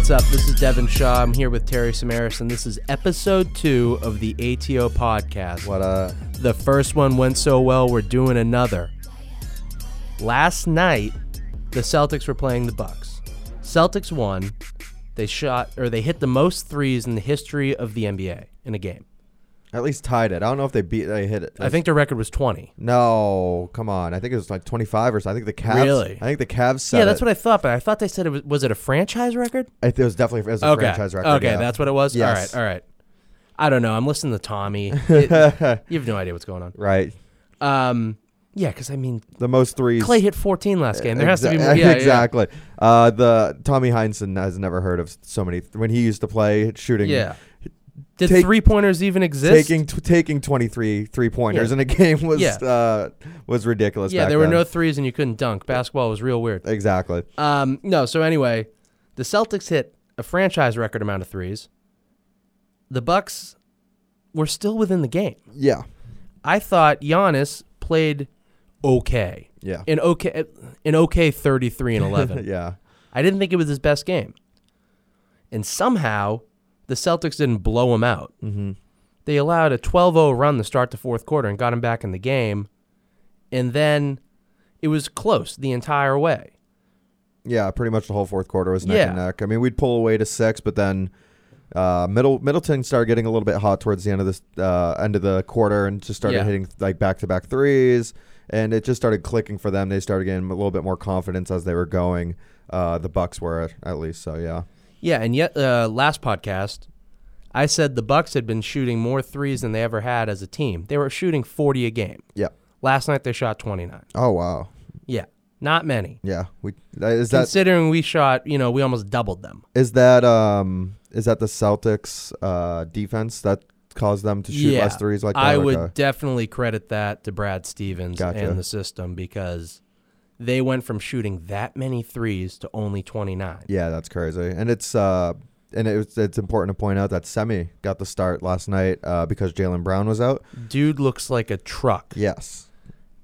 What's up? This is Devin Shaw. I'm here with Terry Samaras, and this is episode two of the ATO podcast. What uh The first one went so well, we're doing another. Last night, the Celtics were playing the Bucks. Celtics won. They shot or they hit the most threes in the history of the NBA in a game. at least tied it. I don't know if they beat they hit it. I think their record was 20. No, come on. I think it was like 25 or so. I think the Cavs Really? I think the Cavs said yeah, that's what I thought, but I thought they said it was was it a franchise record? I it was definitely it was a okay. franchise record. Okay, yeah. that's what it was. Yes. All right, all right. I don't know. I'm listening to Tommy. It- you have no idea what's going on. right. Um, yeah, because I mean, The most threes Clay hit 14 last game. There has to be Exa- more. Yeah, yeah. exactly. Uh, the Tommy Heinsohn has never heard of so many when he used to play shooting Yeah. Did Take- three pointers even exist? taking t- taking 23 three-pointers Yeah. in a game was Yeah. uh, was ridiculous yeah, back there were then. no threes and you couldn't dunk. Basketball was real weird. Exactly. Um, no, so anyway, the Celtics hit a franchise record amount of threes. The Bucks were still within the game. Yeah. I thought Giannis played okay. Yeah. An okay an okay 33 and 11. yeah. I didn't think it was his best game. And somehow the Celtics didn't blow him out. Mhm. They allowed a 12 0 run to start the fourth quarter and got him back in the game. And then it was close the entire way. Yeah, pretty much the whole fourth quarter was neck and Yeah. neck. I mean, we'd pull away to six, but then uh, Middle Middleton started getting a little bit hot towards the end of this uh, end of the quarter, and just started Yeah. hitting like back to back threes, and it just started clicking for them. They started getting a little bit more confidence as they were going. Uh, the Bucks were at least so. Yeah, Yeah, and yet uh, last podcast, I said the Bucks had been shooting more threes than they ever had as a team. They were shooting 40 a game. yeah. Last night they shot 29. Oh wow. Yeah, not many. Yeah. We that- is that Considering we shot, you know, we almost doubled them. is that um is that the Celtics uh, defense that caused them to shoot less threes like that? I Okay. would definitely credit that to Brad Stevens Gotcha. and the system because they went from shooting that many threes to only 29. Yeah, that's crazy. And it's uh and it's it's important to point out that Semi got the start last night uh, because Jalen Brown was out. Dude looks like a truck. Yes,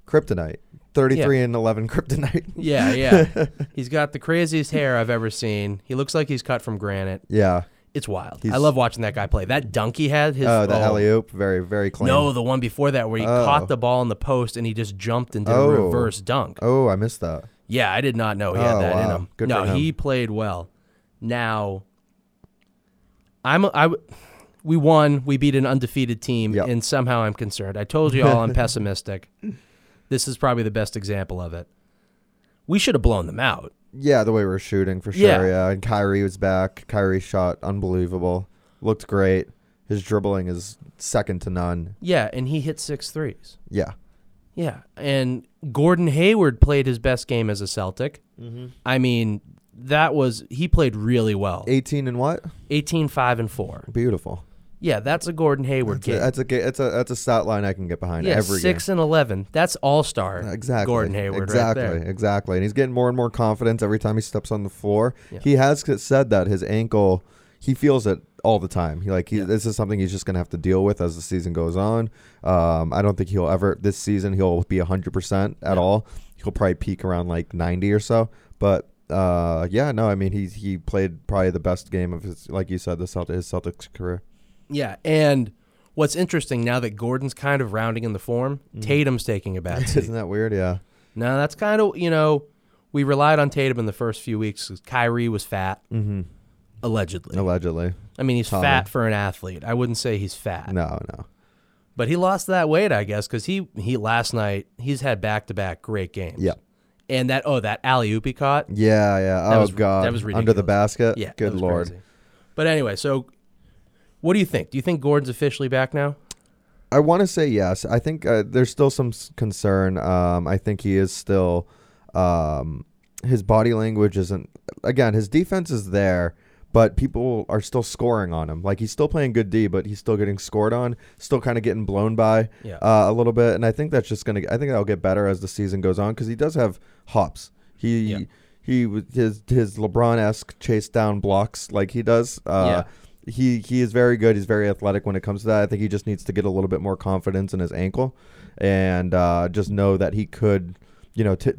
Kryptonite, thirty three and eleven Kryptonite. Yeah, yeah. he's got the craziest hair I've ever seen. He looks like he's cut from granite. yeah, It's wild. I He's- love watching that guy play. That dunk he had, his oh, the oh, alley oop, very very clean. No, the one before that where he Oh. caught the ball in the post and he just jumped and did Oh. a reverse dunk. Oh, I missed that. Yeah, I did not know he had Oh, that in wow. him. Good no, for him. he played well. Now, I'm a, I, w- we won. We beat an undefeated team, Yep. and somehow I'm concerned. I told you all I'm pessimistic. This is probably the best example of it. We should have blown them out. Yeah, the way we were shooting for sure. Yeah. Yeah. and Kyrie was back. Kyrie shot unbelievable, looked great. His dribbling is second to none. Yeah, and he hit six threes. Yeah, Yeah, and Gordon Hayward played his best game as a Celtic. Mm-hmm. I mean, that was he played really well. eighteen and what? 18 5 and 4. Beautiful. Yeah, that's a Gordon Hayward game. That's a ga- that's a that's a stat line I can get behind Yeah, every game. six and eleven. That's all star. Exactly. Gordon Hayward. Exactly. Right there. Exactly. And he's getting more and more confidence every time he steps on the floor. He has c- said that his ankle, he feels it all the time. He like he, this is something he's just gonna have to deal with as the season goes on. Um, I don't think he'll ever this season he'll be hundred percent at all. He'll probably peak around like ninety or so. But uh, yeah, no, I mean he he played probably the best game of his like you said the Celtic, his Celtics career. Yeah, and what's interesting now that Gordon's kind of rounding in the form, Mm-hmm. Tatum's taking a back seat. Isn't that weird? Yeah. now that's kind of you know we relied on Tatum in the first few weeks. 'cause Kyrie was fat, Mm-hmm. allegedly. Allegedly. I mean, he's Tommy. fat for an athlete. I wouldn't say he's fat, No, no. but he lost that weight, I guess, because he he last night he's had back to back great games. Yeah. and that oh that alley oop he caught. Yeah, yeah. oh was- god. that was Under the ridiculous. basket. Yeah. that Good was lord. crazy. But anyway, so what do you think? Do you think Gordon's officially back now? I want to say yes. I think uh, there's still some s- concern. Um, I think he is still. Um, his body language isn't. Again, his defense is there, but people are still scoring on him. Like he's still playing good D, but he's still getting scored on. Still kind of getting blown by Yeah. uh, a little bit, and I think that's just gonna. I think that'll get better as the season goes on because he does have hops. He Yeah. he was- his his LeBron esque chase down blocks like he does. Uh, He he is very good. He's very athletic when it comes to that. I think he just needs to get a little bit more confidence in his ankle, and uh, just know that he could, you know, t-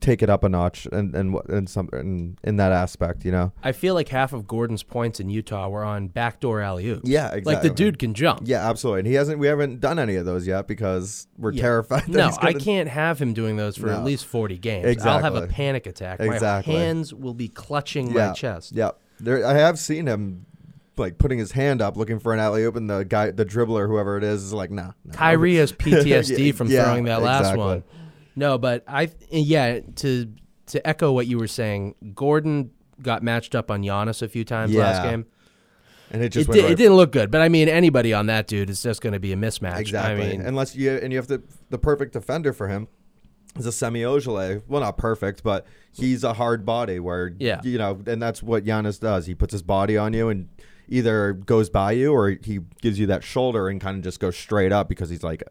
take it up a notch and and what and some in, in that aspect, you know. I feel like half of Gordon's points in Utah were on backdoor alley oops. Yeah, Like the exactly. dude can jump. Yeah, absolutely. And he hasn't. We haven't done any of those yet because we're Yeah. terrified. That No, he's gonna, I can't have him doing those for at No. least 40 games. I'll have a Exactly. panic attack. Exactly. My hands will be clutching Yeah, my chest. Yeah, there. I have seen him like putting his hand up looking for an alley oop, and the guy, the dribbler, whoever it is, is like, nah. nah. Kyrie has PTSD from yeah, throwing that last exactly. one. No, but I yeah to to echo what you were saying, Gordon got matched up on Giannis a few times last Yeah. game. And it It, just went did, right it didn't look good, but I mean anybody on that dude is just going to be a mismatch. Exactly. I mean, unless you and you have to the perfect defender for him is a semi Ojale. Well, not perfect, but he's a hard body where Yeah. you know, and that's what Giannis does. He puts his body on you and either goes by you or he gives you that shoulder and kind of just goes straight up because he's like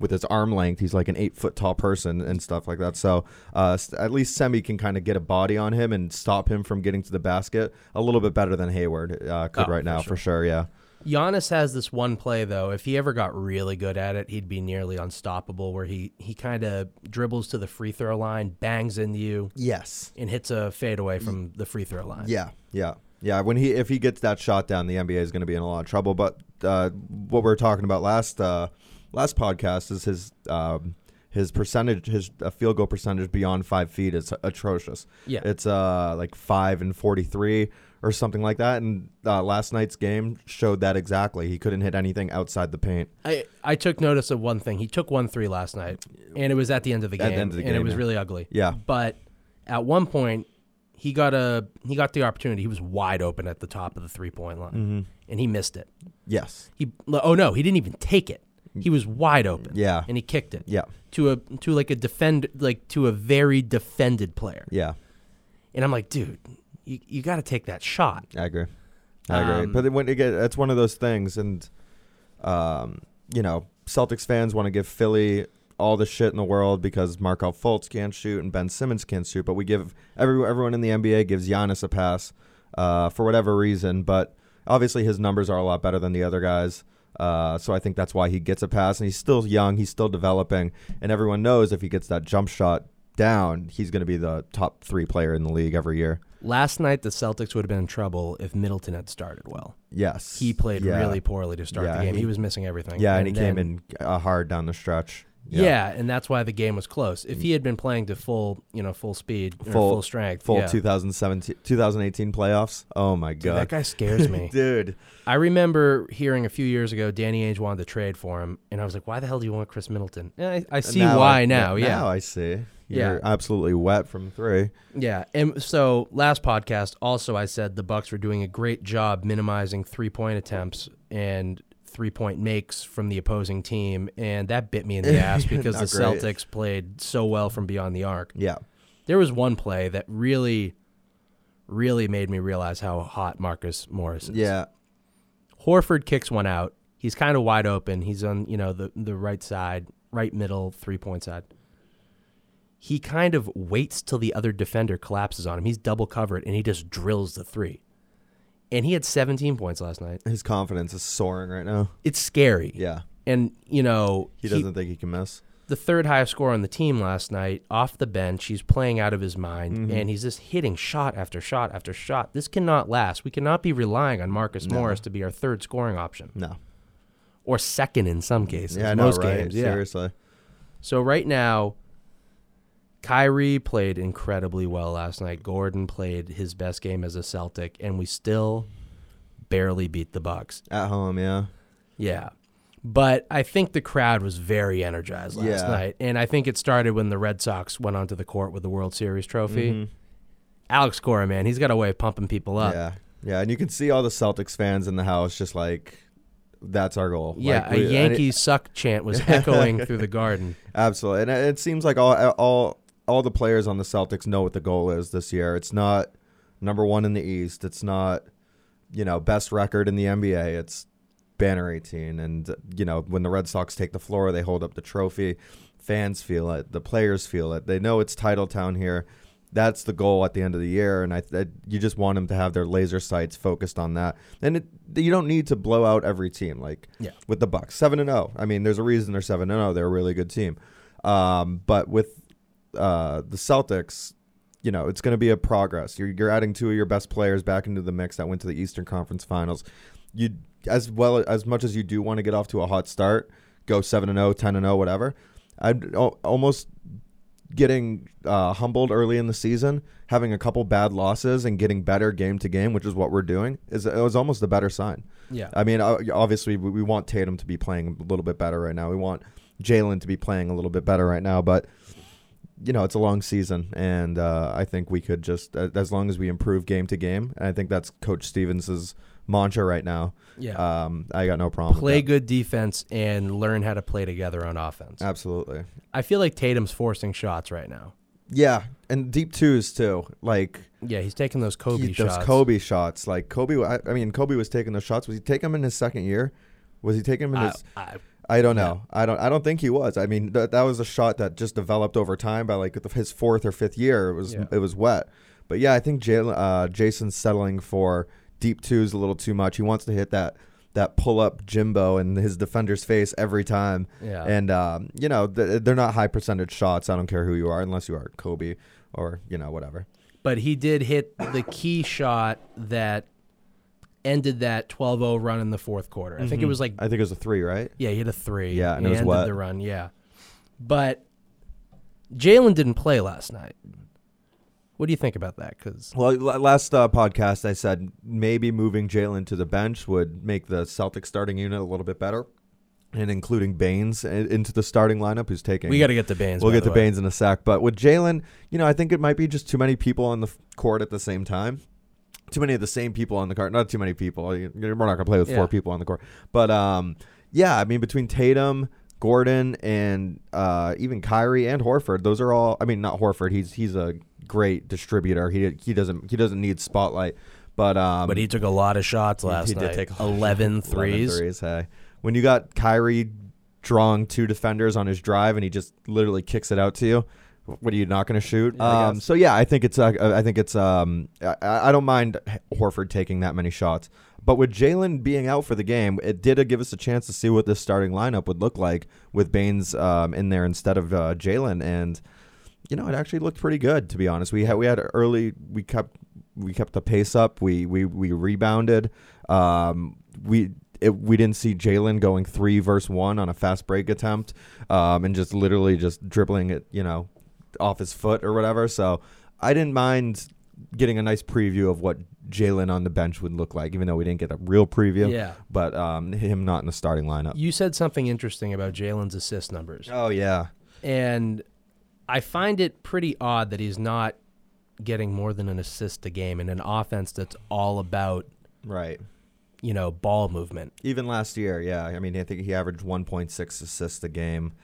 with his arm length, he's like an eight foot tall person and stuff like that. So uh, s- at least Semi can kind of get a body on him and stop him from getting to the basket a little bit better than Hayward uh, could Oh, right for now, for sure. Yeah. Giannis has this one play though. If he ever got really good at it, he'd be nearly unstoppable. Where he he kind of dribbles to the free throw line, bangs into you, Yes. and hits a fadeaway from the free throw line. Yeah, yeah, yeah. When he if he gets that shot down, the NBA is going to be in a lot of trouble. But uh, what we were talking about last uh, last podcast is his um, his percentage, his uh, field goal percentage beyond five feet is atrocious. Yeah. it's uh like five and forty three or something like that. And uh, last night's game showed that exactly. He couldn't hit anything outside the paint. I, I took notice of one thing. He took one three last night, and it was at the end of the At game, the end of the and it game, was yeah. really ugly. Yeah. But at one point, he got a he got the opportunity. He was wide open at the top of the three point line, Mm-hmm. and he missed it. Yes. He oh no, he didn't even take it. He was wide open. Yeah. and he kicked it. Yeah. to a to like a defend like to a very defended player, Yeah. and I'm like, dude, you you got to take that shot. I agree. I agree. Um, but then when again, that's one of those things, and um, you know, Celtics fans want to give Philly all the shit in the world because Markel Fultz can't shoot and Ben Simmons can't shoot, but we give every everyone in the NBA gives Giannis a pass uh, for whatever reason. But obviously, his numbers are a lot better than the other guys. Uh, so I think that's why he gets a pass, and he's still young, he's still developing, and everyone knows if he gets that jump shot down, he's going to be the top three player in the league every year. Last night, the Celtics would have been in trouble if Middleton had started well. Yes, he played Yeah. really poorly to start Yeah, the game. He, he- was missing everything. Yeah, and, he came then- in uh, hard down the stretch. Yeah. and that's why the game was close. If he had been playing to full, you know, full speed, or full, Full- strength, Full yeah. 2017 2018 playoffs. Oh my Dude, that god. guy scares me. Dude. I remember hearing a few years ago Danny Ainge wanted to trade for him, and I was like, "Why the hell do you want Chris Middleton?" And I, I see why I- now. Yeah, Now I see. Yeah. You're absolutely wet from 3. yeah. And so last podcast, also I said the Bucks were doing a great job minimizing three point attempts and three point makes from the opposing team, and that bit me in the ass because the Not great. Celtics played so well from beyond the arc. Yeah. There was one play that really, really made me realize how hot Marcus Morris is. Yeah. Horford kicks one out. He's kind of wide open. He's on, you know, the, the right side, right middle, three point side. He kind of waits till the other defender collapses on him. He's double covered and he just drills the three. And he had 17 points last night. His confidence is soaring right now. It's scary. Yeah. And, you know, He doesn't think he can miss. the third highest scorer on the team last night off the bench. He's playing out of his mind Mm-hmm. and he's just hitting shot after shot after shot. This cannot last. We cannot be relying on Marcus Morris to be our third scoring option No. or second in some cases. Yeah, I know, most right? games. Yeah. Seriously. So right now, Kyrie played incredibly well last night. Gordon played his best game as a Celtic, and we still barely beat the Bucks. At home, yeah. Yeah. But I think the crowd was very energized last Yeah. night. And I think it started when the Red Sox went onto the court with the World Series trophy. Alex Cora, man, he's got a way of pumping people up. Yeah, Mm-hmm. yeah. Yeah, and you can see all the Celtics fans in the house just like that's our goal. like, we- a and it- Yankees suck chant was echoing through the garden. Absolutely, and it seems like all all all the players on the Celtics know what the goal is this year. It's not number one in the East. It's not you know best record in the NBA. It's banner 18 and you know when the red sox take the floor they hold up the trophy fans feel it the players feel it they know it's title town here that's the goal at the end of the year and i, I you just want them to have their laser sights focused on that and it, you don't need to blow out every team like Yeah. with the oh. bucks 7 and 0 i mean there's a reason they're 7 and 0 they're a really good team um, but with uh, the Celtics, you know, it's going to be a progress. You're you're adding two of your best players back into the mix that went to the Eastern Conference Finals. You as well as much as you do want to get off to a hot start, go 7 and 0, 10 and 0, whatever. I'm al- almost getting uh, humbled early in the season, having a couple bad losses and getting better game to game, which is what we're doing. Is it was almost a better sign. Yeah. I mean, o- obviously we, we want Tatum to be playing a little bit better right now. We want Jalen to be playing a little bit better right now, but you know it's a long season, and uh, I think we could just a- as long as we improve game to game, and I think that's Coach Stevens's mantra right now. Yeah. Um, I got no problem. with play that. good defense and learn how to play together on offense. Absolutely. I feel like Tatum's forcing shots right now. Yeah, and deep twos too. Like Yeah, he's taking those Kobe he- shots. Those Kobe shots, like Kobe. I, I mean, Kobe was taking those shots. Was he taking them in his second year? Was he taking them in I, his? I, I don't know. I don't. I don't think he was. I mean, that that was a shot that just developed over time. By like the- his fourth or fifth year, it was Yeah. it was wet. But yeah, I think Jalen uh, Jason's settling for deep twos a little too much. He wants to hit that that pull up Jimbo in his defender's face every time. Yeah. And um, you know th- they're not high percentage shots. I don't care who you are, unless you are Kobe or you know whatever. but he did hit the key shot that ended that 12-0 run in the fourth quarter. I think it was like I think it was a three, right? yeah, he hit a three. Yeah, and he it was ended wet. the run. Yeah, but Jalen didn't play last night. What do you think about that? Because Well, l- last uh, podcast I said maybe moving Jalen to the bench would make the Celtics starting unit a little bit better, and including Baines i- into the starting lineup, who's taking. we got to get the Baines. We'll by get the way. Baines in a sec, but with Jalen, you know, I think it might be just too many people on the f- court at the same time. Too many of the same people on the court. Not too many people. You- We're not gonna play with Yeah. four people on the court, but um, yeah, I mean between Tatum. Gordon and uh, even Kyrie and Horford, those are all. I mean, not Horford. He's he's a great distributor. He he doesn't he doesn't need spotlight, but um, But he took a lot of shots last he did night. take a lot of 11 11 threes. threes, hey. When you got Kyrie drawing two defenders on his drive and he just literally kicks it out to you, what are you not going to shoot? I um, guess. so yeah, I think it's uh, I think it's um, I, I don't mind Horford taking that many shots, but with Jalen being out for the game, it did uh, give us a chance to see what this starting lineup would look like with Baines um, in there instead of uh, Jalen and. You know, it actually looked pretty good, to be honest. We had we had early. We kept we kept the pace up. We we we rebounded. Um, we it, we didn't see Jalen going three versus one on a fast break attempt, um, and just literally just dribbling it, you know, off his foot or whatever. So I didn't mind getting a nice preview of what Jalen on the bench would look like, even though we didn't get a real preview. Yeah. But um, him not in the starting lineup. You said something interesting about Jalen's assist numbers. oh yeah. And I find it pretty odd that he's not getting more than an assist a game in an offense that's all about, Right. you know, ball movement. even last year, yeah. I mean, I think he averaged 1.6 assists a game.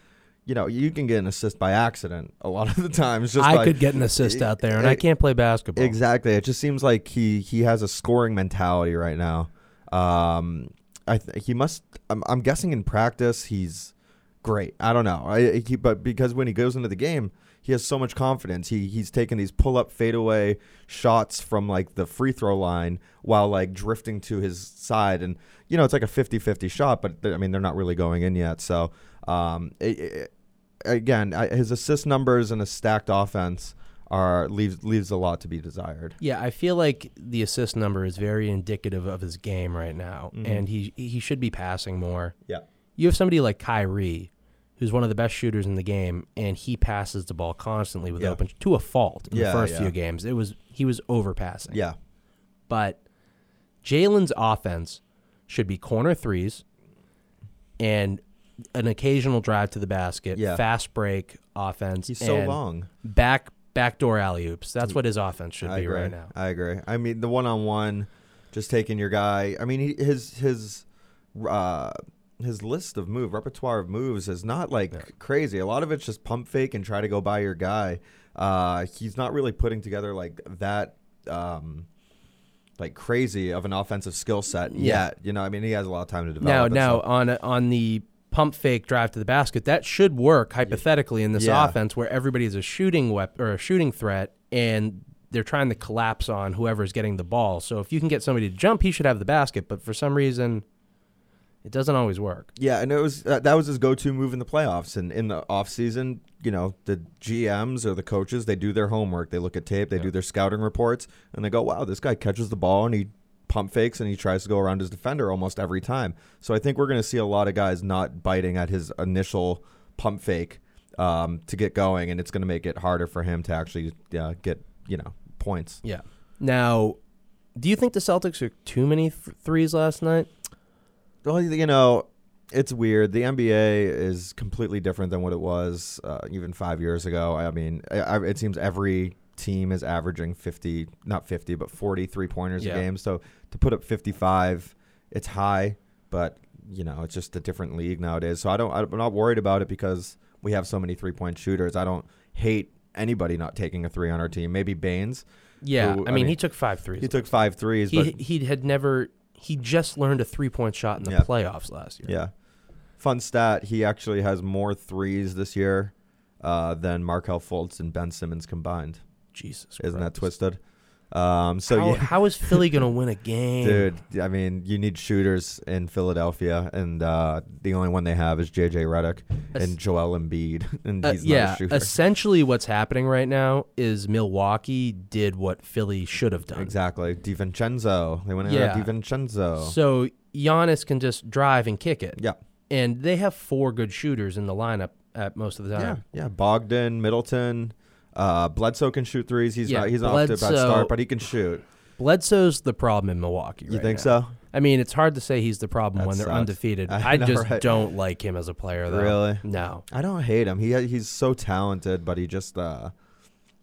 You know, you can get an assist by accident a lot of the times. Just I by- could get an assist out there, and I e- can't play basketball. Exactly. It just seems like he he has a scoring mentality right now. Um, I th- he must. I'm, I'm guessing in practice he's great. I don't know. I, he, but because when he goes into the game, he has so much confidence. He he's taking these pull up fadeaway shots from like the free throw line while like drifting to his side, and you know it's like a 50-50 shot. But they're- I mean they're not really going in yet. So um, it, it, again, I, his assist numbers and a stacked offense are leaves leaves a lot to be desired. Yeah, I feel like the assist number is very indicative of his game right now, Mm-hmm. and he he should be passing more. Yeah. You have somebody like Kyrie, who's one of the best shooters in the game, and he passes the ball constantly with Yeah. open to a fault in the Yeah, first yeah. few games. It was he was overpassing. Yeah. But Jalen's offense should be corner threes and an occasional drive to the basket, Yeah. fast break offense. He's so and long. Back backdoor alley oops. That's what his offense should I be agree. right now. I agree. I mean, the one on one, just taking your guy. I mean, he, his his uh, his list of move repertoire of moves is not like crazy. A lot of it's just pump fake and try to go by your guy. Uh, he's not really putting together like that. Um, like crazy of an offensive skill set Yeah. yet. You know, I mean, he has a lot of time to develop. Now, It's now like- on on the pump fake drive to the basket, that should work hypothetically in this Yeah. offense where everybody is a shooting weapon or a shooting threat, and they're trying to collapse on whoever's getting the ball. So if you can get somebody to jump, he should have the basket. But for some reason, It doesn't always work. Yeah, and it was uh, that was his go-to move in the playoffs. And in the offseason, you know, the GMs or the coaches they do their homework. They look at tape, they do their scouting reports, and they go, "Wow, this guy catches the ball and he pump fakes and he tries to go around his defender almost every time." So I think we're going to see a lot of guys not biting at his initial pump fake um, to get going, and it's going to make it harder for him to actually uh, get you know points. Yeah. Now, do you think the Celtics took too many th- threes last night? Well, you know, it's weird. The NBA is completely different than what it was uh, even five years ago. I mean, I, I, it seems every team is averaging 50, not 50, but 43 pointers Yeah. a game. So to put up 55, it's high, but, you know, it's just a different league nowadays. So I don't, I'm not worried about it because we have so many three point shooters. I don't hate anybody not taking a three on our team. Maybe Baines. Yeah. Who- I, mean, he took five threes. he took five threes, he but he had never he just learned a three point shot in the Yeah. playoffs last year. Yeah. Fun stat: He actually has more threes this year uh, than Markel Fultz and Ben Simmons combined. Jesus, Isn't that Christ. twisted? Um, so how, yeah, how is Philly gonna win a game, dude. I mean, you need shooters in Philadelphia, and uh, the only one they have is J.J. Redick and Joel Embiid, and Uh, he's yeah, not a shooter. essentially what's happening right now is Milwaukee did what Philly should have done. exactly, Divincenzo. They went out Yeah. Divincenzo. So Giannis can just drive and kick it. yeah, And they have four good shooters in the lineup at most of the yeah, time. yeah. Bogdan, Middleton, uh, Bledsoe can shoot threes. He's Yeah, not, he's off to a bad Bledsoe- start, but he can shoot. Bledsoe's the problem in Milwaukee. You right think now. so? I mean, it's hard to say he's the problem That when they're sucks. undefeated. I, I know, just right? don't like him as a player, though. Really? No. I don't hate him. He he's so talented, but he just uh,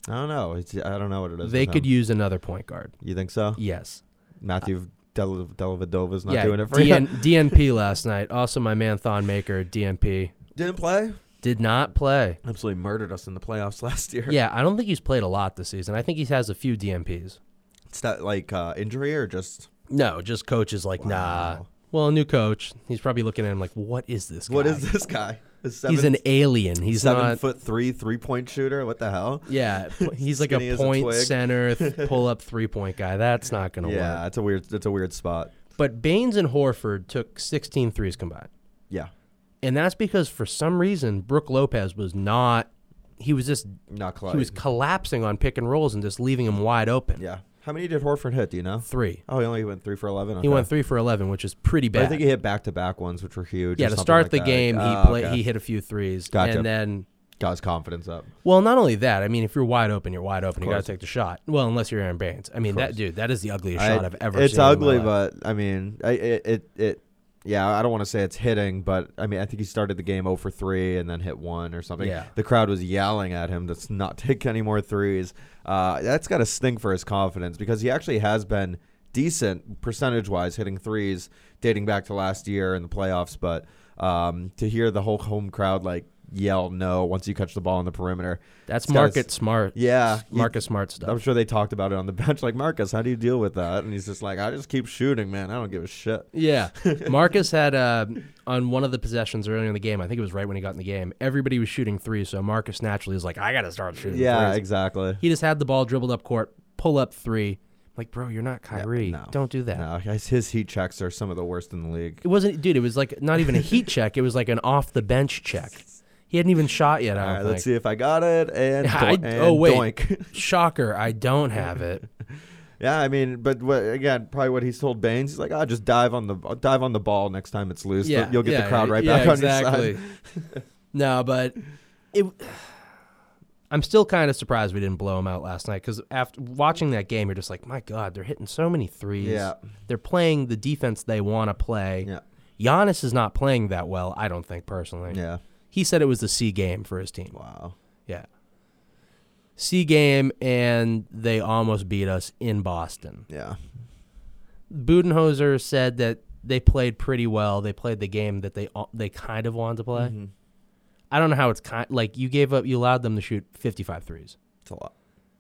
I don't know. It's, I don't know what it is. They with could him. use another point guard. You think so? Yes. Matthew Del Dellavedova's not yeah. doing it for you. DN- DNP last night. Also, my man Thon Maker, DNP, Didn't play. did not play. Absolutely murdered us in the playoffs last year. Yeah, I don't think he's played a lot this season. I think he has a few DNPs. It's that like uh, injury or just No, just coaches like, nah. Wow. Well, new coach. He's probably looking at him like, what is this guy? what is this guy? A seven, He's an alien. He's seven not. foot three three point shooter. What the hell? Yeah, p- he's like Skinny a as a point twig. center, th- pull up three point guy. That's not going to Yeah, work. it's a weird it's a weird spot. But Baines and Horford took 16 threes combined. Yeah, And that's because for some reason, Brooke Lopez was not, he was just, not close. he was collapsing on pick and rolls and just leaving him wide open. yeah. How many did Horford hit? Do you know? Three. Oh, he only went three for eleven. He went three for 11, which is pretty But bad. I think he hit back to back ones, which were huge. yeah, or to something start like the that. game, Oh, he play, okay. he hit a few threes. Gotcha. And then, got his confidence up. well, not only that, I mean, if you're wide open, you're wide open. You got to course. take the shot. Well, unless you're Aaron Baines. I mean, that dude, that is the ugliest shot I- I've ever it's seen. in my ugly, life. but I mean, I, it, it it yeah. I don't want to say it's hitting, but I mean, I think he started the game 0 for three and then hit one or something. Yeah. the crowd was yelling at him to not take any more threes. Uh, that's got to sting for his confidence because he actually has been decent percentage wise hitting threes dating back to last year in the playoffs, but um, to hear the whole home crowd like yell no once you catch the ball on the perimeter That's it's gotta market s- smart. yeah you- Marcus Smart stuff. I'm sure they talked about it on the bench. Like Marcus, how do you deal with that? And he's just like, I just keep shooting, man. I don't give a shit. Yeah. Marcus had uh, on one of the possessions earlier in the game, I think it was right when he got in the game, everybody was shooting threes, so Marcus naturally is like, I gotta start shooting Yeah, threes. exactly. He just had the ball dribbled up court, pull up three. Like, bro, you're not Kyrie. no. Don't do that. No, his his heat checks are some of the worst in the league. It wasn't dude, it was like not even a heat check, it was like an off the bench check. He hadn't even shot yet, I All don't right, think. let's see if I got it. And, do- I- and oh wait, doink. shocker! I don't have it. yeah, I mean, but what, again, probably what he's told Baines, he's like, ah, just dive on the dive on the ball next time it's loose. Yeah, You'll get yeah, the crowd yeah, right yeah, back on exactly. your side. no, but it. I'm still kind of surprised we didn't blow them out last night because after watching that game, you're just like, my God, they're hitting so many threes. Yeah. They're playing the defense they want to play. Yeah, Giannis is not playing that well, I don't think, personally. yeah. He said it was the C game for his team. Wow. Yeah. C game, and they almost beat us in Boston. Yeah. Budenhoser said that they played pretty well. They played the game that they uh, they kind of wanted to play. Mm-hmm. I don't know how it's kind like you gave up. You allowed them to shoot 55 threes. It's a lot.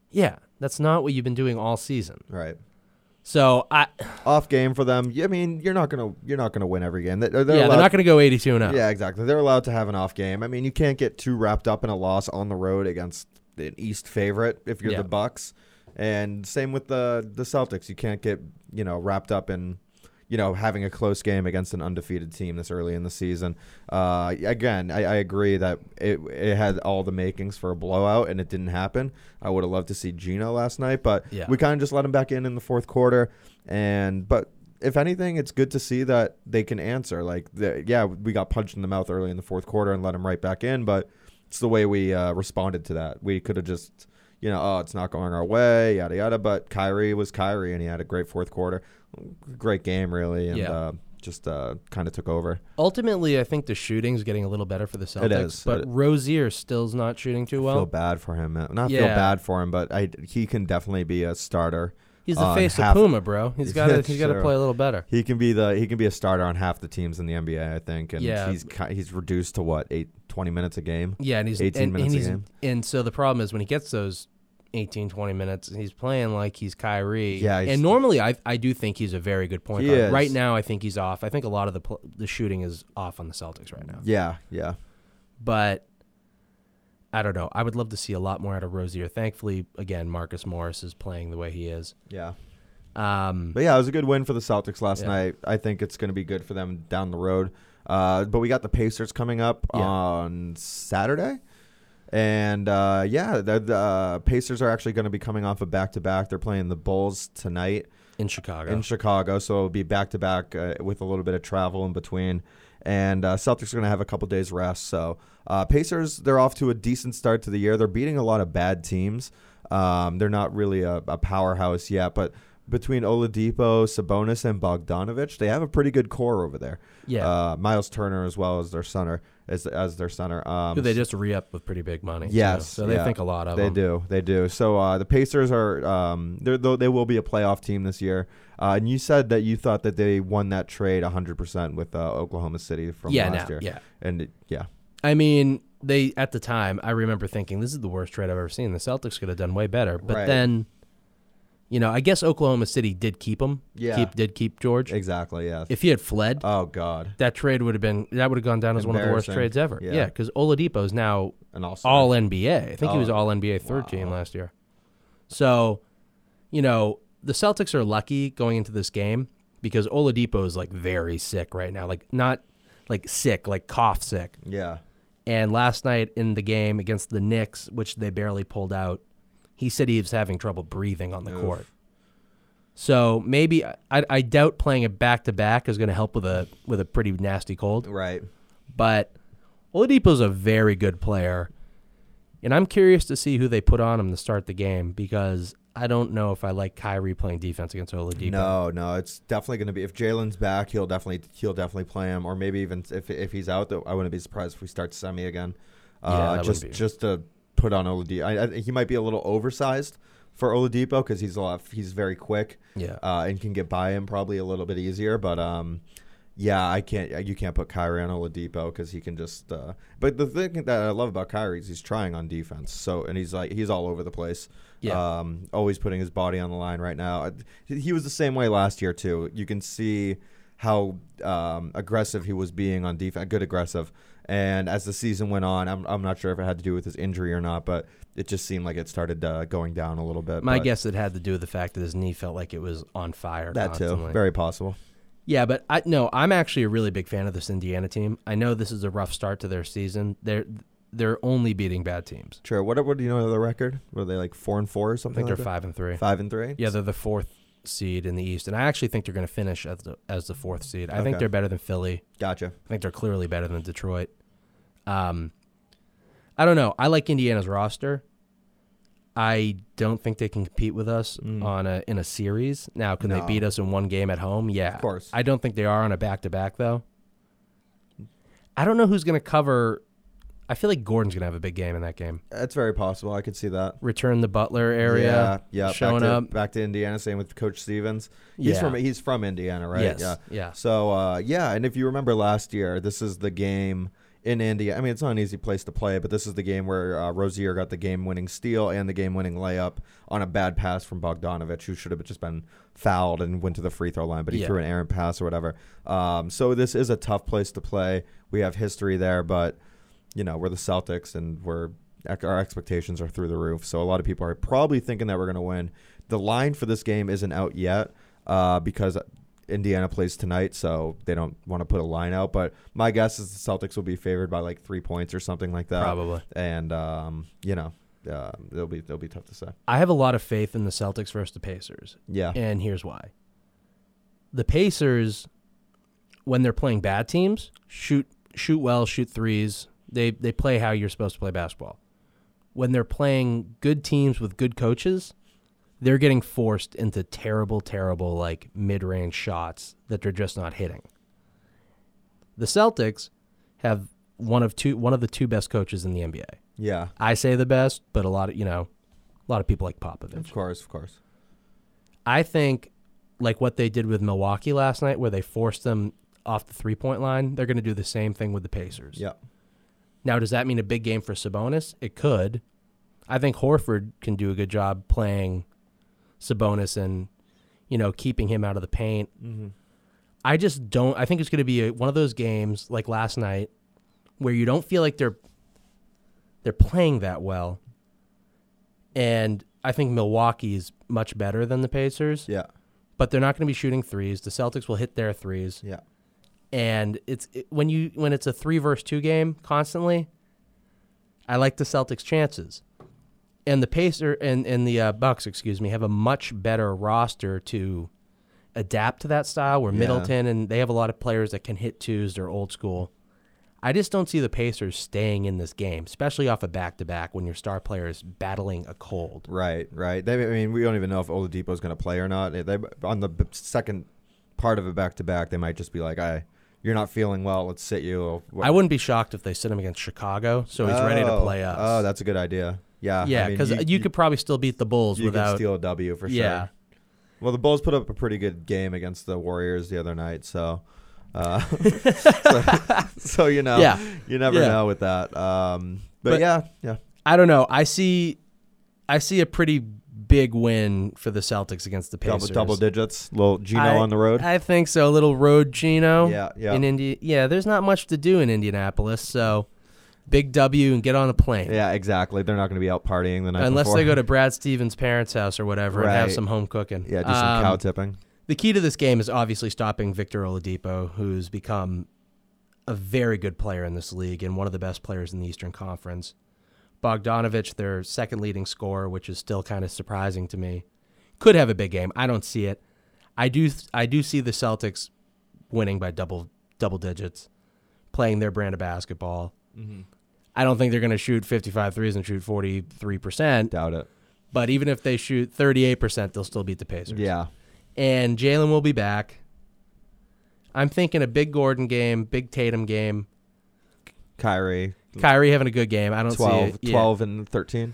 Yeah, that's not what you've been doing all season. Right. So I Off game for them. I mean, you're not gonna you're not gonna win every game. They- They're, yeah, allowed- they're not going to go 82 and up. Yeah, exactly. They're allowed to have an off game. I mean, you can't get too wrapped up in a loss on the road against an East favorite if you're Yeah. the Bucks. And same with the the Celtics. You can't get you know wrapped up in. you know, having a close game against an undefeated team this early in the season. Uh, again, I, I agree that it, it had all the makings for a blowout and it didn't happen. I would have loved to see Gino last night, but Yeah. we kind of just let him back in in the fourth quarter. And but if anything, it's good to see that they can answer. Like, the, yeah, we got punched in the mouth early in the fourth quarter and let him right back in, but it's the way we uh, responded to that. We could have just, you know, oh, it's not going our way, yada yada. But Kyrie was Kyrie, and he had a great fourth quarter, great game really, and Yeah. uh, just uh, kind of took over. Ultimately, I think the shooting's getting a little better for the Celtics, is. but It- Rozier still's not shooting too feel well. bad for him. Not feel Yeah. bad for him, but I he can definitely be a starter. He's the on face half- of Puma, bro. He's got to That's he's got to true. play a little better. He can be the he can be a starter on half the teams in the NBA, I think, and Yeah. he's ki- he's reduced to what eight 20 minutes a game. Yeah, and he's 18 and, and minutes a he's, game. And so the problem is when he gets those 18, 20 minutes, he's playing like he's Kyrie. Yeah, he's- and normally I I do think he's a very good point He guard. is. Right now, I think he's off. I think a lot of the pl- the shooting is off on the Celtics right now. Yeah, yeah. But I don't know. I would love to see a lot more out of Rozier. Thankfully, again, Marcus Morris is playing the way he is. Yeah. Um, But yeah, it was a good win for the Celtics last Yeah. night. I think it's going to be good for them down the road. Uh, but we got the Pacers coming up Yeah. on Saturday. And uh, yeah, the, the uh, Pacers are actually going to be coming off a back to back. They're playing the Bulls tonight in Chicago. in Chicago, so it'll be back to back uh, with a little bit of travel in between. And uh, Celtics are going to have a couple days rest. So uh, Pacers, they're off to a decent start to the year. They're beating a lot of bad teams. Um, they're not really a, a powerhouse yet, but between Oladipo, Sabonis, and Bogdanovich, they have a pretty good core over there. Yeah. uh, Miles Turner as well as their center as as their center. Um, who they just re up with pretty big money. too. Yes, so they yeah. think a lot of they them. do. They do. So uh, the Pacers are. Um, they're, though they will be a playoff team this year. Uh, and you said that you thought that they won that trade 100 percent with uh, Oklahoma City from Yeah, last now, year. yeah. And it- yeah, I mean, they at the time I remember thinking this is the worst trade I've ever seen. The Celtics could have done way better, but Right. then, you know, I guess Oklahoma City did keep him. Yeah. keep, did keep George. exactly. Yeah. If he had fled, oh God. that trade would have been that would have gone down as one of the worst Embarrassing. trades ever. Yeah. Yeah, because Oladipo is now And also All NBA. I think he was Oh, All NBA third team last year. So, you know, the Celtics are lucky going into this game because Oladipo is like very sick right now, like not like sick, like cough sick. Yeah. And last night in the game against the Knicks, which they barely pulled out, he said he was having trouble breathing on the Oof. court. So maybe I, I doubt playing a back to back is going to help with a with a pretty nasty cold. Right. But Oladipo's a very good player, and I'm curious to see who they put on him to start the game because I don't know if I like Kyrie playing defense against Oladipo. No, no, it's definitely going to be if Jalen's back, he'll definitely he'll definitely play him, or maybe even if if he's out, though, I wouldn't be surprised if we start Semi again. Yeah, Uh, that would just be- just to put on Oladipo, I, I, he might be a little oversized for Oladipo because he's a lot, he's very quick, Yeah. uh, and can get by him probably a little bit easier, but um. Yeah, I can't. You can't put Kyrie on Oladipo because he can just. Uh, but the thing that I love about Kyrie is he's trying on defense. So and he's like he's all over the place. Yeah. Um, always putting his body on the line right now. I- He was the same way last year too. You can see how um, aggressive he was being on defense. Good aggressive. And as the season went on, I'm, I'm not sure if it had to do with his injury or not, but it just seemed like it started uh, going down a little bit. My but guess it had to do with the fact that his knee felt like it was on fire. that constantly. too, very possible. Yeah, but I no, I'm actually a really big fan of this Indiana team. I know this is a rough start to their season. They're they're only beating bad teams. Sure. What, what do you know of the record? Were they like four and four or I something? think they're like that? five and three. Five and three. Yeah, they're the fourth seed in the East, and I actually think they're going to finish as the as the fourth seed. I think Okay. they're better than Philly. Gotcha. I think they're clearly better than Detroit. Um, I don't know. I like Indiana's roster. I don't think they can compete with us on a in a series. Now, can they Mm. No. beat us in one game at home? Yeah, of course. I don't think they are on a back to back though. I don't know who's going to cover. I feel like Gordon's going to have a big game in that game. That's very possible. I could see that. Return the Butler area. Yeah, yeah. showing back to, up. back to Indiana. Same with Coach Stevens. He's Yeah. from he's from Indiana, right? Yes, Yeah. yeah. So uh, yeah, and if you remember last year, this is the game in Indiana. I mean, it's not an easy place to play, but this is the game where uh, Rozier got the game-winning steal and the game-winning layup on a bad pass from Bogdanovich, who should have just been fouled and went to the free throw line, but he Yeah. threw an errant pass or whatever. Um, so this is a tough place to play. We have history there, but you know, we're the Celtics and we're our expectations are through the roof. So a lot of people are probably thinking that we're going to win. The line for this game isn't out yet uh, because Indiana plays tonight, so they don't want to put a line out. But my guess is the Celtics will be favored by like three points or something like that. Probably. And um, you know, uh, they'll be they'll be tough to say. I have a lot of faith in the Celtics versus the Pacers. Yeah. And here's why. The Pacers, when they're playing bad teams, shoot shoot well, shoot threes. They they play how you're supposed to play basketball. When they're playing good teams with good coaches, they're getting forced into terrible, terrible like mid range shots that they're just not hitting. The Celtics have one of two one of the two best coaches in the NBA. Yeah. I say the best, but a lot of you know, a lot of people like Popovich. Of course, of course. I think like what they did with Milwaukee last night, where they forced them off the three point line, they're going to do the same thing with the Pacers. Yeah. Now, does that mean a big game for Sabonis? It could. I think Horford can do a good job playing Sabonis and you know keeping him out of the paint. I just don't. I think it's going to be a, one of those games like last night where you don't feel like they're they're playing that well, and I think Milwaukee is much better than the Pacers, Yeah. but they're not going to be shooting threes. The Celtics will hit their threes, Yeah. and it's it, when you when it's a three versus two game constantly. I like the Celtics' chances, and the Pacer and and the uh, Bucks, excuse me, have a much better roster to adapt to that style. Where Yeah. Middleton and they have a lot of players that can hit twos. They're old school. I just don't see the Pacers staying in this game, especially off a back to back when your star player is battling a cold. Right, right. They, I mean, we don't even know if Oladipo's going to play or not. They on the b- second part of a back to back, they might just be like, "I, you're not feeling well. Let's sit you." Or, wha- I wouldn't be shocked if they sit him against Chicago, so he's ready to Oh, play us. Oh, that's a good idea. Yeah, I yeah, mean, because you, could probably still beat the Bulls you without. can steal a W for yeah, sure. Well, the Bulls put up a pretty good game against the Warriors the other night, so. Uh, so, so, you know, Yeah. you never Yeah. know with that. Um, but, But- yeah, yeah, I don't know. I see, I see a pretty big win for the Celtics against the double, Pacers. double digits, little Gino I- on the road. I think so. A little road Gino. Yeah, yeah. In India, yeah. There's not much to do in Indianapolis, so big W and get on a plane. yeah, exactly. They're not going to be out partying the night Unless before. they go to Brad Stevens' parents' house or whatever and have Right. some home cooking. Yeah, do some Um, cow tipping. The key to this game is obviously stopping Victor Oladipo, who's become a very good player in this league and one of the best players in the Eastern Conference. Bogdanovich, their second leading scorer, which is still kind of surprising to me, could have a big game. I don't see it. I do. I do see the Celtics winning by double double digits, playing their brand of basketball. I don't think they're going to shoot 55 threes and shoot 43 percent. Doubt it. But even if they shoot 38 percent, they'll still beat the Pacers Yeah. and Jalen will be back. I'm thinking a big Gordon game, big Tatum game, Kyrie, Kyrie having a good game. I don't see 12, it. Yeah. 12 and 13.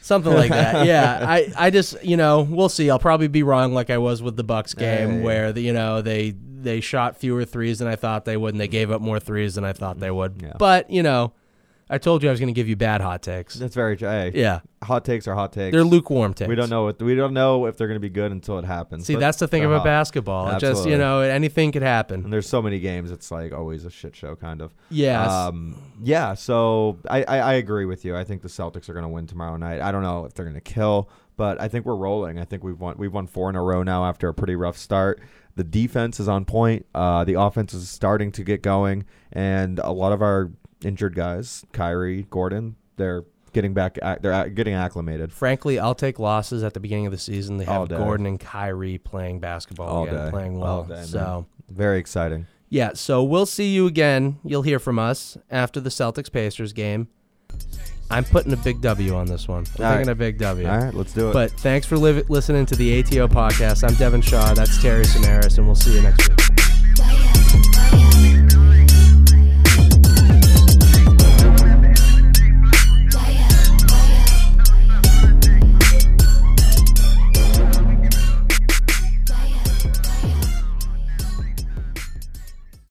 something like that. Yeah, I, I just you know we'll see. I'll probably be wrong like I was with the Bucks game Hey. where the, you know they they shot fewer threes than I thought they would, and they gave up more threes than I thought they would. Yeah. But you know, I told you I was going to give you bad hot takes. That's very, hey, Yeah, hot takes are hot takes. they're lukewarm takes. we don't know what, we don't know if they're going to be good until it happens. See, but that's the thing they're about hot. basketball. It just you Absolutely. know anything could happen. And there's so many games, it's like always a shit show, kind of. Yes. Um, yeah, so I, I, I agree with you. I think the Celtics are going to win tomorrow night. I don't know if they're going to kill, but I think we're rolling. I think we've won we've won four in a row now after a pretty rough start. The defense is on point. Uh, the offense is starting to get going, and a lot of our injured guys, Kyrie, Gordon, they're getting back. ac- They're ac- getting acclimated. Frankly, I'll take losses at the beginning of the season. They All have day. Gordon and Kyrie playing basketball All again, day. playing well. All day, man. so Very exciting. yeah, so we'll see you again. You'll hear from us after the Celtics Pacers game. I'm putting a big W on this one. I'm All taking right. a big W. All right, let's do it. But thanks for li- listening to the ATO podcast. I'm Devin Shaw. That's Terry Samaras, and we'll see you next week. Why up, why up?